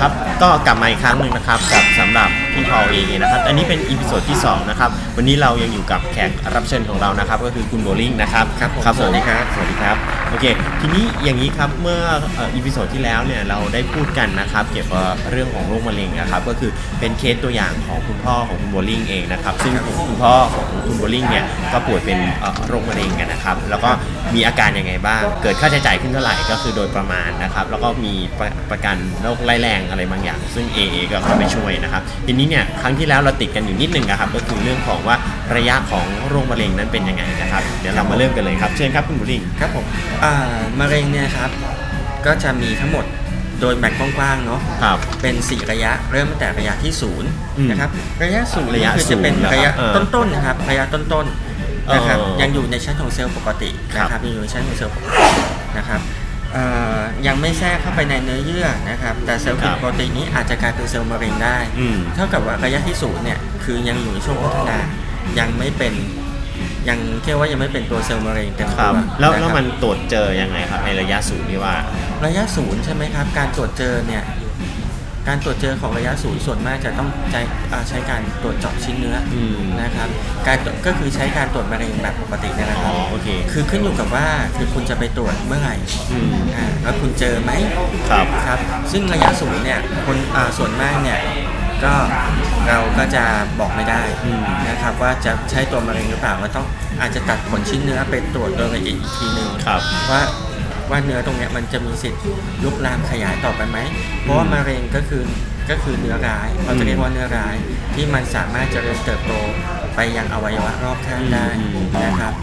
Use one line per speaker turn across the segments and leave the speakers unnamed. ครับก็กลับมาอีกครั้งหนึ่งนะครับกับสำหรับพี่พอลเองนะครับ อันนี้เป็นอีพิโซดที่สองนะครับวันนี้เรายังอยู่กับแขกรับเชิญของเรานะครับ ก็คือคุณโบลิ่งนะครับครับครับสวัสดีครับสวัสดีครับโอเค ทีนี้อย่างนี้ครับเมื่อเอ่อีพิโซดที่แล้วเนี่ยเราได้พูดกันนะครับ เกี่ยวกับเรื่องของโรคมะเร็งนะครับก็คือเป็นเคสตัวอย่างของคุณพ่อของคุณโบลิ่งเองนะครับซึ่งคุณพ่อของคุณโบลิ่งเนี่ยก็ป่วยเป็นเอ่อโรคมะเร็งอะนะครับ แล้วก็มีอาการยังไงบ้าง เกิดค่าใช้จ่ายขึ้นเท่าไหร่ก็คือโดยประมาณนะครับ แล้วก็มีประประกันโรคไร้ายแรงอะไรบางอย่าง ซึ่ง AA ก็เข้าไปช่วยนะครับทีนี้เนี่ยครั้งที่แล้วเราติดกันอยู่นิดนึงนะครับ ก็คือเรื่องของว่าระยะของโรคมะเร็งนั้นเป็นยังไงนะครับเดี๋ยวเรามาเริ่มกันเลยครับเชิญครับคุณบุริง
ครับผมอ่ามะเร็งเนี่ยครับ ก็จะมีทั้งหมดโดยแบ่งกว้างๆเนาะ
ครับ
เป็น 4 ระยะ เริ่มตั้งแต่ระยะที่
อืม
0นะครับระยะศูนย์
ระยะ
คือจะเป็น
ศูนย์เหรอครับ
ระยะ
เออ
ต้นๆนะครับระยะต้นๆนะครับ
เออ
ยังอยู่ในชั้นของเซลล์ปกตินะค
ครั
รับบ ยังอยู่ในชั้นของเซลล์ปกตินะครับเอ่อยังไม่แทรกเข้าไปในเนื้อเยื่อนะครับแต่เซลล์ผิดปกตินี้อาจจะกลายเป็นเซลล์มะเร็งได้
อืม
เท่ากับว่าระยะที่ศูนย์เนี่ยคือยังอยู่ในช่วงพัฒนายังไม่เป็นยังเรียกว่ายังไม่เป็นตัวเซลล์มะเร็งเต็ม
ค
ตั
รับ
ว
แล้ว
ะครับ
แล้วมันตรวจเจอยังไงครับในระยะศูนย์นี่ว่า
ระยะศูนย์ใช่ไหมครับ การตรวจเจอเนี่ยการตรวจเจอของระยะศูนย์ส่วนมากจะต้องใช้อ่าใช้การตรวจเจาะชิ้นเนื้ออ
ม
นะครับ การตรวจก็คือใช้การตรวจมะเร็งแบบปกติเนี่ยแหละครับ
อ๋อโอเค
คือขึ้นอยู่กับว่าคือคุณจะไปตรวจเมื่อไหร่
อืม
อ่าแล้วคุณเจอไหม
ครับ
ครับ ซึ่งระยะศูนย์เนี่ยคนอ่าส่วนมากเนี่ยก็เราก็จะบอกไม่ได้
อืม
นะครับว่าจะใช่ตัวมะเร็งหรือเปล่าก็ต้องอาจจะตัดผลชิ้นเนื้อไปตรวจโดยละเอียดอีกทีหนึ่ง
ครับ
ว่าว่าเนื้อตรงเนี้ยมันจะมีสิทธิ์ลุกลามขยายต่อไปไหม เพราะว่ามะเร็งก็คือก็คือเนื้อร้ายเราจะเรียกว่าเนื้อร้ายที่มันสามารถเจริญเติบโตไปยังอวัยวะรอบข้างได้
อืม
นะครับ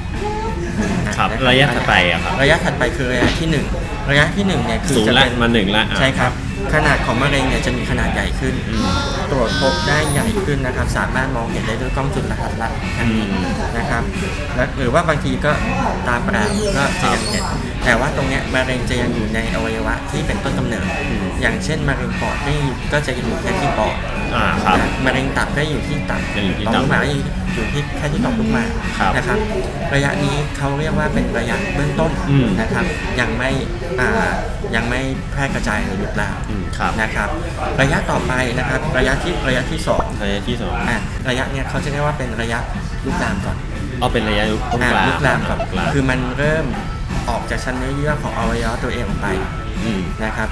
ครับ
น
ระยะถัดไปอะครับ
ระยะถัดไปคือระยะที่หนึ่งระยะที่หนึ่งเนี่ยคือ
ศูน
จะ
ย์ละ
เป็น
มาหนึ่งละอ่ะ
ใช่ครับ ขนาดของมะเร็งเนี่ยจะมีขนาดใหญ่ขึ้น
อืม
ตรวจพบได้ใหญ่ขึ้นนะครับ สามารถมองเห็นได้ด้วยกล้องจุลทรรศน์ละอันนี้
อืม
นะครับและหรือว่าบางทีก็ตาเปล่าก็จะยังเห็นแต่ว่าตรงเนี้ยมะเร็งจะยังอยู่ในอวัยวะที่เป็นต้นกำเนิด อย่างเช่นมะเร็งปอดก็ยังอยู่ก็จะยังอยู่แค่ที่ปอด
อ่าครับ
นะมะเร็งตับก็อยู่ที่ตับ
ยังอยู่ที่
ต่อม
ตับ
ลูกหมากก็ยังอยู่ที่แค่ที่ต่อมลูกหมาก
ครับ
นะครับ ระยะนี้เขาเรียกว่าเป็นระยะเบื้องต้น
อืม
นะครับ ยังไม่อ่ายังไม่แพร่กระจายหรือลุกลาม
อืมครับ
นะครับระยะต่อไปนะครับระยะที่ระยะที่สอง
ระยะที่สอง
อ่ะระยะเนี้ยเขาจะเรียกว่าเป็นระยะลุกลามก่อน
เอาเป็นระยะลุก
อ่ะ
ลาม
ลุกลามก่อน
ลุกลาม
คือมันเริ่มออกจากชั้นเนื้อเยื่อของอวัยวะตัวเองออกไป
ม
นะครับ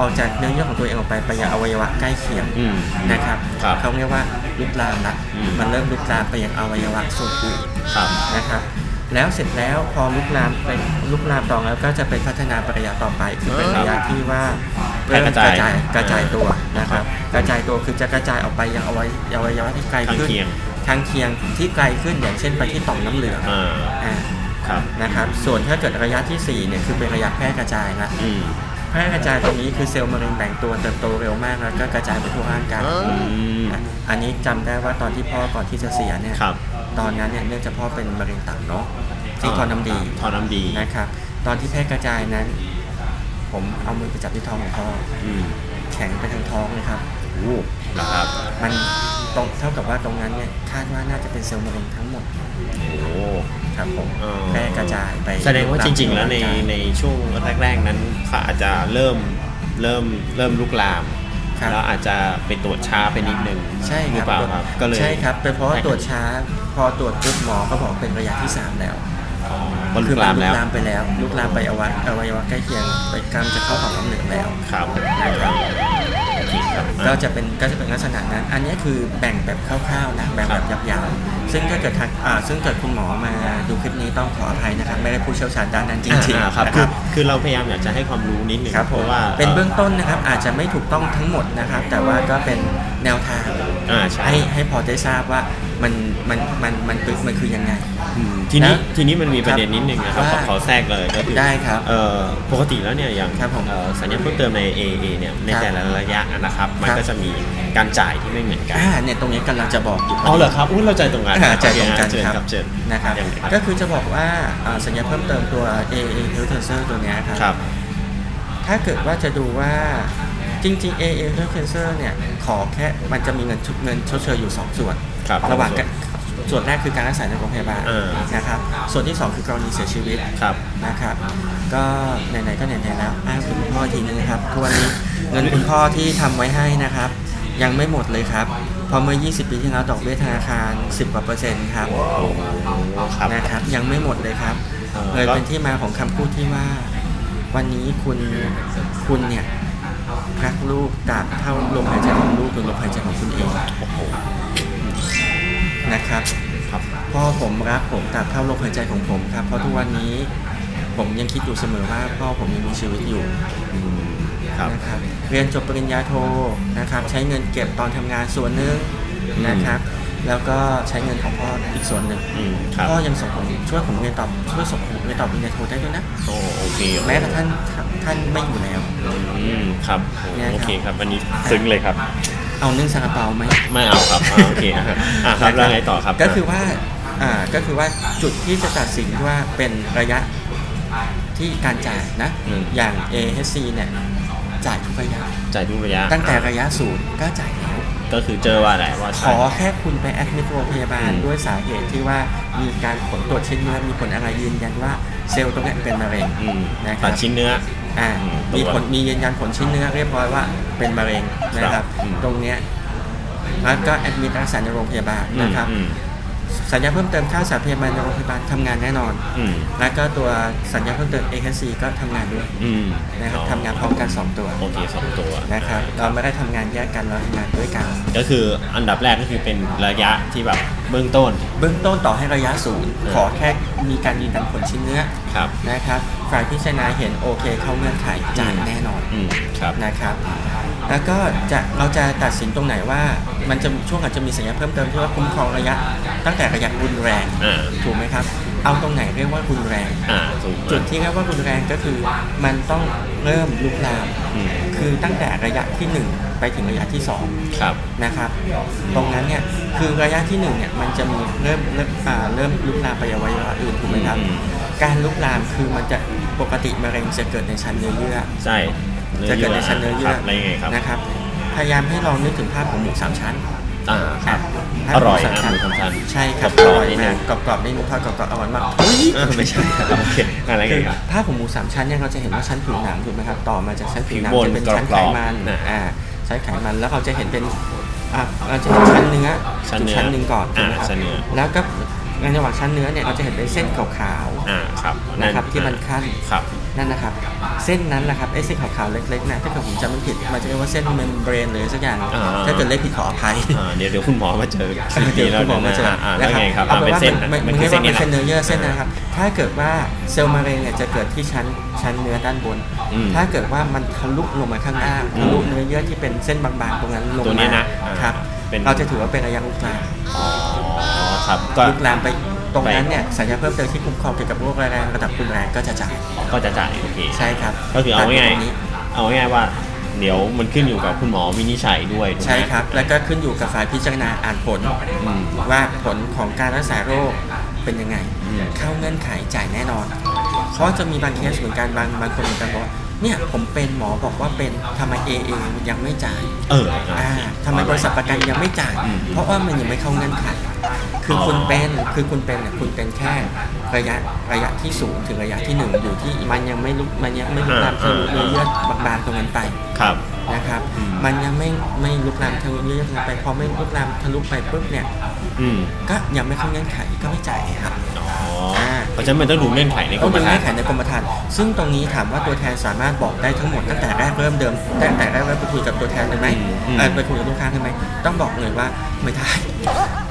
ออกจากเนื้อเยื่อของตัวเองออกไปไปยังอวัยวะใกล้เคียง
อืม
นะครับ
ครับ
เขาเรียกว่าลุกลามละ
อืม
มันเริ่มลุกลามไปยังอวัยวะส่วนอื่น
ครับ
นะครับแล้วเสร็จแล้วพอลุกลามไปลุกลามต่อแล้วก็จะเป็นพัฒนาไประยะต่อไปคือเป็นระยะที่ว่า
แพร่กระจาย
เริ่มกระจายกระจายตัวนะครับ
ครับ
กระจายตัวคือจะกระจายออกไปยังอวัยอวัยวะที่ไกลขึ้
ทาง
น
เคียง
ทางเคียงที่ไกลขึ้นอย่างเช่นไปที่ต่อมน้ำเหลือง
อ่า
อ่า
ครับ
นะครับ ส่วนถ้าเกิดระยะที่ 4 เนี่ยคือเป็นระยะแพร่กระจายละ
อืม
แพร่กระจายตรงนี้คือเซลล์มะเร็งแบ่งตัวเติบโตเร็วมากแล้วก็กระจายไปทั่วร่างกาย
อืม
อ่ะอันนี้จำได้ว่าตอนที่พ่อก่อนที่จะเสียเนี่ย
ครับ
ตอนนั้นเนี่ยเนื่องจากพ่อเป็นมะเร็งตับเนาะที่ทอน้ำดี
ทอน้ำดี
นะครับ ตอนที่แพร่กระจายนั้น ผมเอามือไปจับที่ท้องของพ่อ
อืม
แข็งไปทางท้องเลยครับ
โอ้นะครับ
มันตรงเท่ากับว่าตรงนั้นเนี่ยคาดว่าน่าจะเป็นเซลล์มะเร็งทั้งหมด
โอ้
ครับผม
เอ่อ
แพร่กระจายไป
แสดงว่าจริง ๆ แล้วใน
กาย
ในช่วงแรก ๆ นั้นเขาอาจจะเริ่มเริ่มเริ่มลุกลาม
ครับ
แล้วอาจจะไปตรวจช้าไปนิดนึง
ใช่
หรือ
ค
เปล่า
รับ
ครับ ก็เลย
ใช่ครับเป็นเพราะว่าตรวจช้าพอตรวจปุ๊บหมอก็บอกเป็นระยะที่สามแล้ว
อ๋อก็ลุ
คื
ก
มั
ลาม
ลุ
แล้ว
กลามไปแล้วลุกลามไปอวัยอวัยวะใกล้เคียงไปกำลังจะเข้าต่อมน้ำเหลืองแล้ว
ครับ
นะครับ
โอเคครับอ่ะ
ก็จะเป็นก็จะเป็นลักษณะนั้น อันนี้คือแบ่งแบบคร่าวๆนะแบ่งแบบยับยั้งซึ่งถ้าเกิดทางอ่าซึ่งเกิดคุณหมอมาดูคลิปนี้ต้องขออภัยนะครับไม่ได้ผู้เชี่ยวชาญด้านนั้นจริง
อ่า
ๆ
ครับ
นะ
คือคือเราพยายามอยากจะให้ความรู้นิดหนึง
ครับผ
เพ
ม
ราะว่า
เป็นเบื้องต้นนะครับอาจจะไม่ถูกต้องทั้งหมดนะครับ แต่ว่าก็เป็นแนวทาง
อ่าใช่
ให้ให้พอได้ทราบว่ามันมันมันมันมันมันคือยังไง
อืมทีนี้
นะ
ทีนี้มันมีประเด็นนิดหนึงนะครับขอ
ว่า
ขอแทรกเลยก็คือ
ได้ครับ
เอ่อปกติแล้วเนี่ยอย่าง
ครับผม
เอ่อสัญญาเพิ่มเติมใน AA เนี่ยใน
ครับ
แต่ละระยะนะครับ มัน
ครับ
ก็จะมีการจ่ายที่ไม่เหมือนกัน
อ่าเนี่ยตรงนี้กำลังจะบอกอยู่พ
อ๋อ
อ
เหร
ดี
อครับอุ้ยเราใจายตรงกัน
อ่าใจตรงกัน
โอเคฮะเชิญ
ครับ
ครับเชิญ
นะครับ
ยังไง
ก็คือจะบอกว่าอ่าสัญญาเพิ่มเติมตัว AA Health Cancer ตัวเนี้ยครั
ครับ
ถ้าเกิดว่าจะดูว่าจริงๆ AA Health Cancer เนี่ยขอแค่มันจะมีเงินชดเงินชดเชยอยู่ 2 ส่วน
ครับ
หว่างกัน ส่วนแรกคือการรักษาในโรงพยาบาล
เออ
นะครับส่วนที่สองคือกรณีเสียชีวิต
ครับ
นะครับ ก็ไหนๆก็ไหนๆแล้วอ้างถึงคุณพ่ออีกทีนึงนะครับทุกวันนี้เงินคุณพ่อที่ทำไว้ให้นะครับ ยังไม่หมดเลยครับเพอเมื่อ 20 ปีที่แล้วดอกเบี้ยธนาคาร 10กว่าเปอร์เซ็นต์ครับ
โอ้โหครับ
นะครับ ยังไม่หมดเลยครับ
เออ
เลย
แล้ว
เป็นที่มาของคำพูดที่ว่า วันนี้คุณคุณเนี่ยรักลูกตราบเท่าลมหายใจของลูกหรือลมหายใจของคุณเอง
โอ้โห
นะครับ
ครับ
พ่อผมรักผมตราบเท่าลมหายใจของผมครับ เพราะทุกวันนี้ผมยังคิดอยู่เสมอว่าพ่อผมยังมีชีวิตอยู่
อืมครับ
นะครับเรียนจบปริญญาโทนะครับ ใช้เงินเก็บตอนทำงานส่วนหนึ่ง
อืม
นะครับ แล้วก็ใช้เงินของพ่ออีกส่วนหนึ่ง
อืมครับ
พ่อยังส่งผมช่วยผมเรียนต่อช่วยส่งผมเรียนต่อปริญญาโทได้ด้วยนะ
โอ้โอเค
แม้กระทั่งท่านไม่อยู่แล้ว
อืมครับ
เนี่ย
โอเคครับอันนี้ซึ้งเลยครับ
เอาเรื่องซาลาเปาไหม
ไม่เอาครับอ่าโอเคอ่ะอ่ะครับแล้วไงต่อครับ
ก็คือว่าอ่าก็คือว่าจุดที่จะตัดสินว่าเป็นระยะที่การจ่ายนะ
อืม
อย่าง AHC เนี่ยจ่ายทุกระยะ
จ่ายทุกระยะ
ตั้งแต่ระยะศูนย์ก็จ่ายแล้ว
ก็คือเจอว่าอะไรว่า
ข
ใช่
อแค่คุณไปแอดมิดโรงพยาบาล
อืม
ด้วยสาเหตุที่ว่ามีการผลตรวจชิ้นเนื้อมีผลอะไรยืนยันว่าเซลล์ตรงเนี้ยเป็นมะเร็ง
อืม
นะครับ
ตัดชิ้นเนื้อ
อ่า
อืม
มีผลมียืนยันผลชิ้นเนื้อเรียบร้อยว่าเป็นมะเร็งนะค
ครั
รั
บบ อืม
ตรงเนี้ยแล้วก็แอดมิดรักษาในโรงพยาบาล
อืม
นะครับ
อืม
สัญญาเพิ่มเติมค่าสาพยาบาลในโรงพยาบาลทำงานแน่นอน
อืม
แล้วก็ตัวสัญญาเพิ่มเติม a อ c ก็ทำงานด้วย
อืม
นะครับ
อ๋อ
ทำงานพร้อมกัน 2 ตัว
โอเคสองตัว
นะครับเราไม่ได้ทำงานแยกกันเราทำงานด้วยกัน
ก็คืออันดับแรกก็คือเป็นระยะที่แบบเบื้องต้น
เบื้องต้นต่อให้ระยะศูนย์
เออ
ขอแค่มีการยืนยันผลชิ้นเนื้อ
ครับ
นะครับฝ่ายพิจารณาเห็นโอเค เข้าเงื่อนไขจ่ายแน่นอน
อืมครับ
นะครับ แล้วก็จะเราจะตัดสินตรงไหนว่า มันจะช่วงอาจจะมีสัญญาเพิ่มเติมที่ว่าคุ้มครองระยะ ตั้งแต่ระยะรุนแรง
อ่า
ถูกไหมครับ เอาตรงไหนเรียกว่ารุนแรง
อ่าถูก
จุดที่เรียกว่ารุนแรงก็คือมันต้องเริ่มลุกลาม
อืม
คือตั้งแต่ระยะที่ 1 ไปถึงระยะที่
ครับ
2 นะครับ ตรงนั้นเนี่ยคือระยะที่1เนี่ยมันจะมีเริ่มเริ่มอ่าเริ่มลุกลามไปอวัยวะอื่นถูกไหมครับ
อืม
การลุกลามคือมันจะปกติมะเร็งจะเกิดในชั้นเนื้อเยื่อ
ใช่
จะเกิดในชั้นเนื้อเยื่
ค
อ
รับอะไรยังไงครับ
นะครับ พยายามให้ลองนึกถึงภาพของหมูสามชั้น
อ่าครับ
ภาพ
อ
ขง
ร่อย
ห
นะหมูสามชั้น
ใช่ครับ
กรอ
อ
บๆ
ร่อย
นิดนึ
มาก
ง
กรอบๆนิดนึงทอดกรอบๆอร่อยมาก
เออไม่ใช่ครับโอเคอะไรกันครับ
ถ้าผมหมูสามชั้นเนี่ยเราจะเห็นว่าชั้นผิวหนังถูกไหมครับต่อมาจากชั้นผิวหนัง
ผิวบน
จะเป็นชั้น
กร
ไข
อบๆ
มัน
นะ
อ่าชั้นไขมันแล้วเราจะเห็นเป็นอ่ะเราจะเห็นชั้นเนื้อ
ชั้นเนื้อ
ชั้นหนึ่งก่อนถูกไหมครั
อ่า
บ
ชั้นเนื้อ
แล้วก็ในระหว่างชั้นเนื้อเนี่ยเราจะเห็นเป็นเส้นขาว
อ่าครับ
ๆนะครับที่มันขั้น
ครับ
นั่นนะครับ เส้นนั้นแหละครับไอ้เส้นขาวๆเล็กๆนะถ้าเกิดผมจำไม่ผิดมันจะเรียกว่าเส้นเมมเบรนหรือสักอย่าง
อ่า
ถ้าเกิดเลขผิดขออภัย
อ่าเดี๋ยวเดี๋ยวคุณหมอมาเจอคลิป
เดี๋ย
นี้
ว
แล้ว
คุณหมอมาเจอ
นะอ่าแล้วไงครับอ่าเป็นเส้น
มันมัน
คื
เรียกว่าเป็น
ยะ
เส้นเนื้อเยื่อเส้นนะครับ ถ้าเกิดว่าเซลล์มะเร็งเนี่ยจะเกิดที่ชั้นชั้นเนื้อด้านบน
อืม
ถ้าเกิดว่ามันทะลุลงมาข้างล่าง
อืม
ทะลุเนื้อเยื่อที่เป็นเส้นบางๆตรงนั้นลง
ตัวเนี้
มาย
นะอ่า
ครับ
เป็น
เราจะถือว่าเป็นระยะลุกลาม
อ๋อครับก็
ลุกลามไปตรงนั้น
ไป
เนี่ยสัญญาเพิ่มเติมที่คุ้มครองเกี่ยวกับโรคร้ายแรงระดับรุนแรงก็จะจ่าย
ก็จะจ่ายโอเค
ใช่ครับ
ก็คือเอา
ตัด
ง่าย
ตรงนี้
ๆเอาง่ายๆว่า เดี๋ยวมันขึ้นอยู่กับคุณหมอวินิจฉัยด้วยถูกไหม
ใช่ครับ แล้วก็ขึ้นอยู่กับฝ่ายพิจารณาอ่านผล
อืม
ว่าผลของการรักษาโรคเป็นยังไง
อืม
เข้าเงื่อนไขจ่ายแน่นอน เพราะจะมีบางเคสเหมือนกันบางบางคนเหมือนกันบอกว่าเนี่ยผมเป็นหมอบอกว่าเป็นทำไมเอเองยังไม่จ่าย
เอออ่า
อ่าทำไมบริษัทประกันยังไม่จ่าย
อืม
เพราะว่ามันยังไม่เข้าเงื่อนไข คืออ
อ
คุณเป็นคือคุณเป็นเนี่ยคุณเป็นแค่ระยะระยะที่สูงถึงระยะที่หนึ่งอยู่ที่มันยังไม่ลุกมันยังไม่ลุกลามทะลุเนื้อเยื่อบางๆตรงนั้นไป
ครับ
นะครับ
อืม
มันยังไม่ไม่ลุกลามทะลุเนื้อเยื่อตรงนั้นไปพอไม่ลุกลามทะลุไปปุ๊บเนี่ย
อืม
ก็ยังไม่เข้าเงื่อนไขก็ไม่จ่ายครับ
อ๋ออา เพราะฉะนั้นมันต้องดูเงื่อนไขในก
ต้
ร
อง
มธ
ดู
ร
เงื่
ร
อน
ม์
ไขในกรมธรรม์ซึ่งตรงนี้ถามว่าตัวแทนสามารถบอกได้ทั้งหมดตั้งแต่แรกเริ่มเดิมตั้งแต่แรกเริ่มไปคุยกับตัวแทนเลยไหมเอ่อไปคุยกับลูกค้าเลยไหมต้องบอกเลยว่าไม่ได้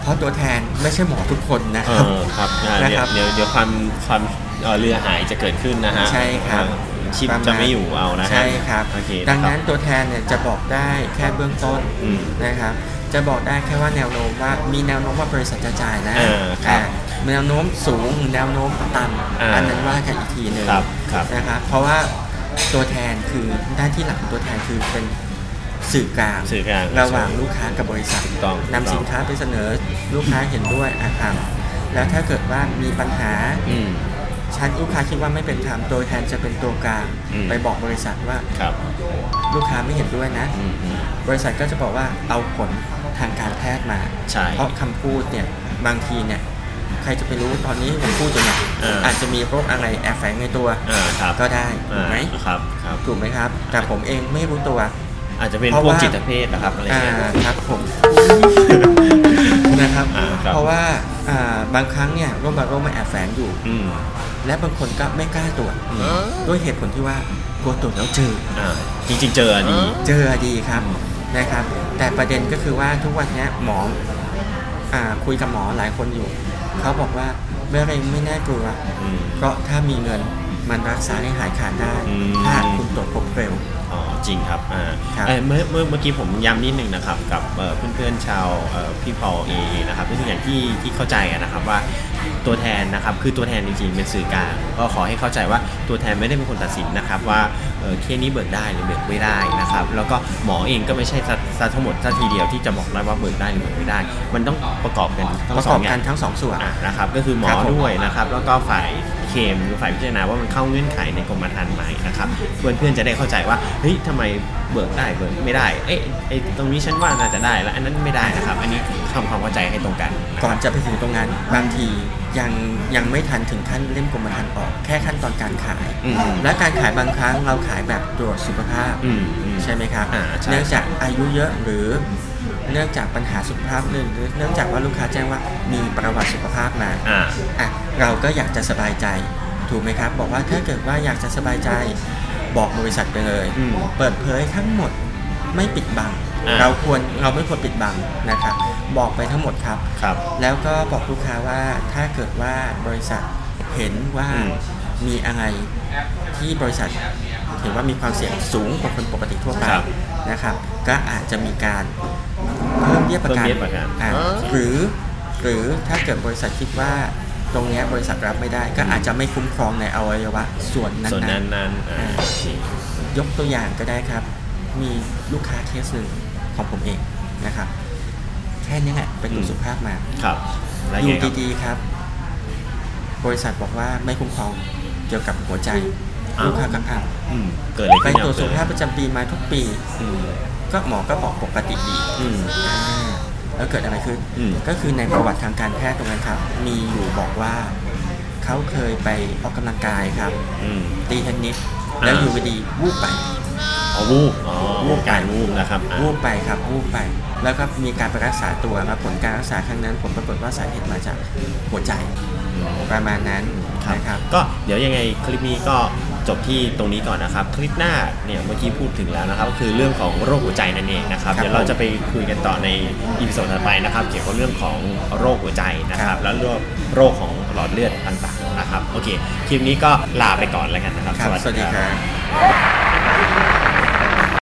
เพราะตัวแทนไม่ใช่หมอทุกคนนะ
เอ
ครับ
อครับอ่าเดี๋ยว
นะครับ
เดี๋ยวเดี๋ยวความความเอ่อเรือหายจะเกิดขึ้นนะฮะ
ใช่ครับ
เออชิปจะไม่อยู่เอานะฮะ
ใช่ครับ
โอเค
ดัง
ครับ
นั้นตัวแทนเนี่ยจะบอกได้แค่เบื้องต้น
อืม
นะครับ จะบอกได้แค่ว่าแนวโน้มว่ามีแนวโน้มว่าบริษัทจะจ่ายนะ
เออครับ
อ่าแนวโน้มสูงหรือแนวโน้มต่
อ่า
ำอันนั้นว่ากันอีกทีหนึ่ง
ครับครับ
นะครับเพราะว่าตัวแทนคือหน้าที่หลักของตัวแทนคือเป็นสื่อกลาง
สื่อกลาง
ระหว่างลูกค้ากับบริษัท
ถูกต้อง
นำสินค้าไปเสนอลูกค้าเห็นด้วยอ่ะทำแล้วถ้าเกิดว่ามีปัญหา
อืม
ฉันลูกค้าคิดว่าไม่เป็นธรรมโดยแทนจะเป็นตัวกลาง
อืม
ไปบอกบริษัทว่า
ครับ
ลูกค้าไม่เห็นด้วยนะ
อืมอืม
บริษัทก็จะบอกว่าเอาผลทางการแพทย์มา
ใช่
เพราะคำพูดเนี่ยบางทีเนี่ยใครจะไปรู้ตอนนี้ผมพูดอยู่เนี่ย
เอออ
อาจจะมีโรคอะไรแอบแฝงในตัว
เออครับ
ก็ได้ถู
อ่าก
ไหม
ครับครับ
ถูกไหมครับ แต่ผมเองไม่รู้ตัว
อาจจะเป็น
เพราะ
พวก
ว่า
จิตเภทนะครับอะไร
อ่า
เงี้ย
ครับผมนะครับ
อ่าครับ
เพราะว่าอ่าบางครั้งเนี่ยโรคบางโรคมันแอบแฝงอยู่
อืม
และบางคนก็ไม่กล้าตรวจ
อืม
ด้วยเหตุผลที่ว่ากลัวตรวจแล้วเจอ
อ่าจริงๆเจออันนี้
เจอดีครับนะครับ แต่ประเด็นก็คือว่าทุกวันเนี้ยหมออ่าคุยกับหมอหลายคนอยู่ เขาบอกว่าเมื่อไรไม่น่ากลัว
อืม
เพราะถ้ามีเงินมันรักษาให้หายขาดได้
อืม
ถ้าคุณตรวจพบเร็ว
อ๋อจริงครับอ่า
ครับ
เอ่อเมื่อเมื่อเมื่อกี้ผมย้ำนิดนึงนะครับกับเอ่อเพื่อนๆชาวเอ่อพี่พอลเองนะครับก็คืออย่างที่ที่เข้าใจอะนะครับว่าตัวแทนนะครับคือตัวแทนจริงๆเป็นสื่อกลางก็ขอให้เข้าใจว่าตัวแทนไม่ได้เป็นคนตัดสินนะครับว่าเอ่อเคสนี้เบิกได้หรือเบิกไม่ได้นะครับแล้วก็หมอเองก็ไม่ใช่ซะซะทั้งหมดซะทีเดียวที่จะบอกได้ว่าเบิกได้หรือเบิกไม่ได้ มันต้องประกอบกันทั้
ประ
งส
ก
อ
อบ
งอย่า
กั
ง
นทั้งสองส่วน
อ่ะนะครับก็คือหมอ
ครับผม
ด้วยนะครับแล้วก็ฝ่ายเคมหรือฝ่ายพิจารณาว่ามันเข้าเงื่อนไขในกรมธรรม์ไหมนะครับเพื่อนเพื่อนๆจะได้เข้าใจว่าเฮ้ยทำไมเบิกได้เบิกไม่ได้เอ๊ะไอ้ตรงนี้ฉันว่าน่าจะได้แล้วอันนั้นไม่ได้นะครับ อันนี้ทำความเข้าใจให้ตรงกันนะครั
ก่
บ
อนจะไปถึงตรงนั้นบางทียังยังไม่ทันถึงขั้นเล่มกรมธรรม์ออก แค่ขั้นตอนการขาย
อืม
และการขายบางครั้งเราขายแบบตรวจสุขภาพ
อืมอืม
ใช่ไหมครับ
อ่าใช่
เนื่องจากอายุเยอะหรือเนื่องจากปัญหาสุขภาพหนึ่งหรือเนื่องจากว่าลูกค้าแจ้งว่ามีประวัติสุขภาพมา
อ่า
อ่ะเราก็อยากจะสบายใจถูกไหมครับ บอกว่าถ้าเกิดว่าอยากจะสบายใจบอกบริษัทไปเลย
อืม
เปิดเผยทั้งหมดไม่ปิดบัง
อ่า
เราควรเราไม่ควรปิดบังนะครับ บอกไปทั้งหมดครับ
ครับ
แล้วก็บอกลูกค้าว่าถ้าเกิดว่าบริษัทเห็นว่า
อืม
มีอะไรที่บริษัทเห็นว่ามีความเสี่ยงสูงกว่าคนปกติทั่วไปนะครับ ก็อาจจะมีการเพิ่มเบี้ยประ
เพิ่ม
กัน
เบี้ยประกัน
อ่าหรือหรือถ้าเกิดบริษัทคิดว่าตรงเนี้ยบริษัทรับไม่ได้ ก็อาจจะไม่คุ้มครองในอวัยวะส่วนนั้น
ส่วน
ๆ
นั้นนั้นๆอ่าโอเค
ยกตัวอย่างก็ได้ครับ มีลูกค้าเคสหนึ่งของผมเองนะครับแค่นี้แหละเป็นตัวจสุขภาพมา
ครับแล้ว
อ
ไง
ยู่
ครับ
ดีๆครับ บริษัทบอกว่าไม่คุ้มครองเกี่ยวกับหัวใจ
อ้าว
ลูกค้ากังขา
อืมเกิดอะไร
ไป
ขึ้น
ตรวจสุขภาพ
เอ
ประจำปีมาทุกปี
อืม
ก็หมอก็บอกปกติดี
อืม
อ่าแล้วเกิดอะไรขึ้น
อืม
ก็คือในประวัติทางการแพทย์ตรงนั้นครับ มีอยู่บอกว่าเขาเคยไปออกกำลังกายครับ
อืม
ตีเทนนิส
อ่า
แล้วอยู่ดีๆวูบไป
อ๋อวูบอ๋อ
วูบ
การวูบนะครับอ่ะ
วูบไปครับวูบไป แล้วก็มีการไปรักษาตัวแล้วผลการรักษาครั้งนั้น ผมปรากฏว่าสาเหตุมาจากหัวใจ
อืม
ประมาณนั้น
ครับ
นะครับ
ก็เดี๋ยวยังไงคลิปนี้ก็จบที่ตรงนี้ก่อนนะครับ คลิปหน้าเนี่ยเมื่อกี้พูดถึงแล้วนะครับก็คือเรื่องของโรคหัวใจนั่นเองนะครับ
ครับ
เดี๋ยวเราจะไปคุยกันต่อในอีพิโซดถัดไปนะครับเกี่ยวกับเรื่องของโรคหัวใจนะค
ครั
รับบแล้วเรื่องโรคของหลอดเลือดต่างๆนะครับโอเคคลิปนี้ก็ลาไปก่อนแล้วกันนะครับ
ครับสวัสดีครับ
บ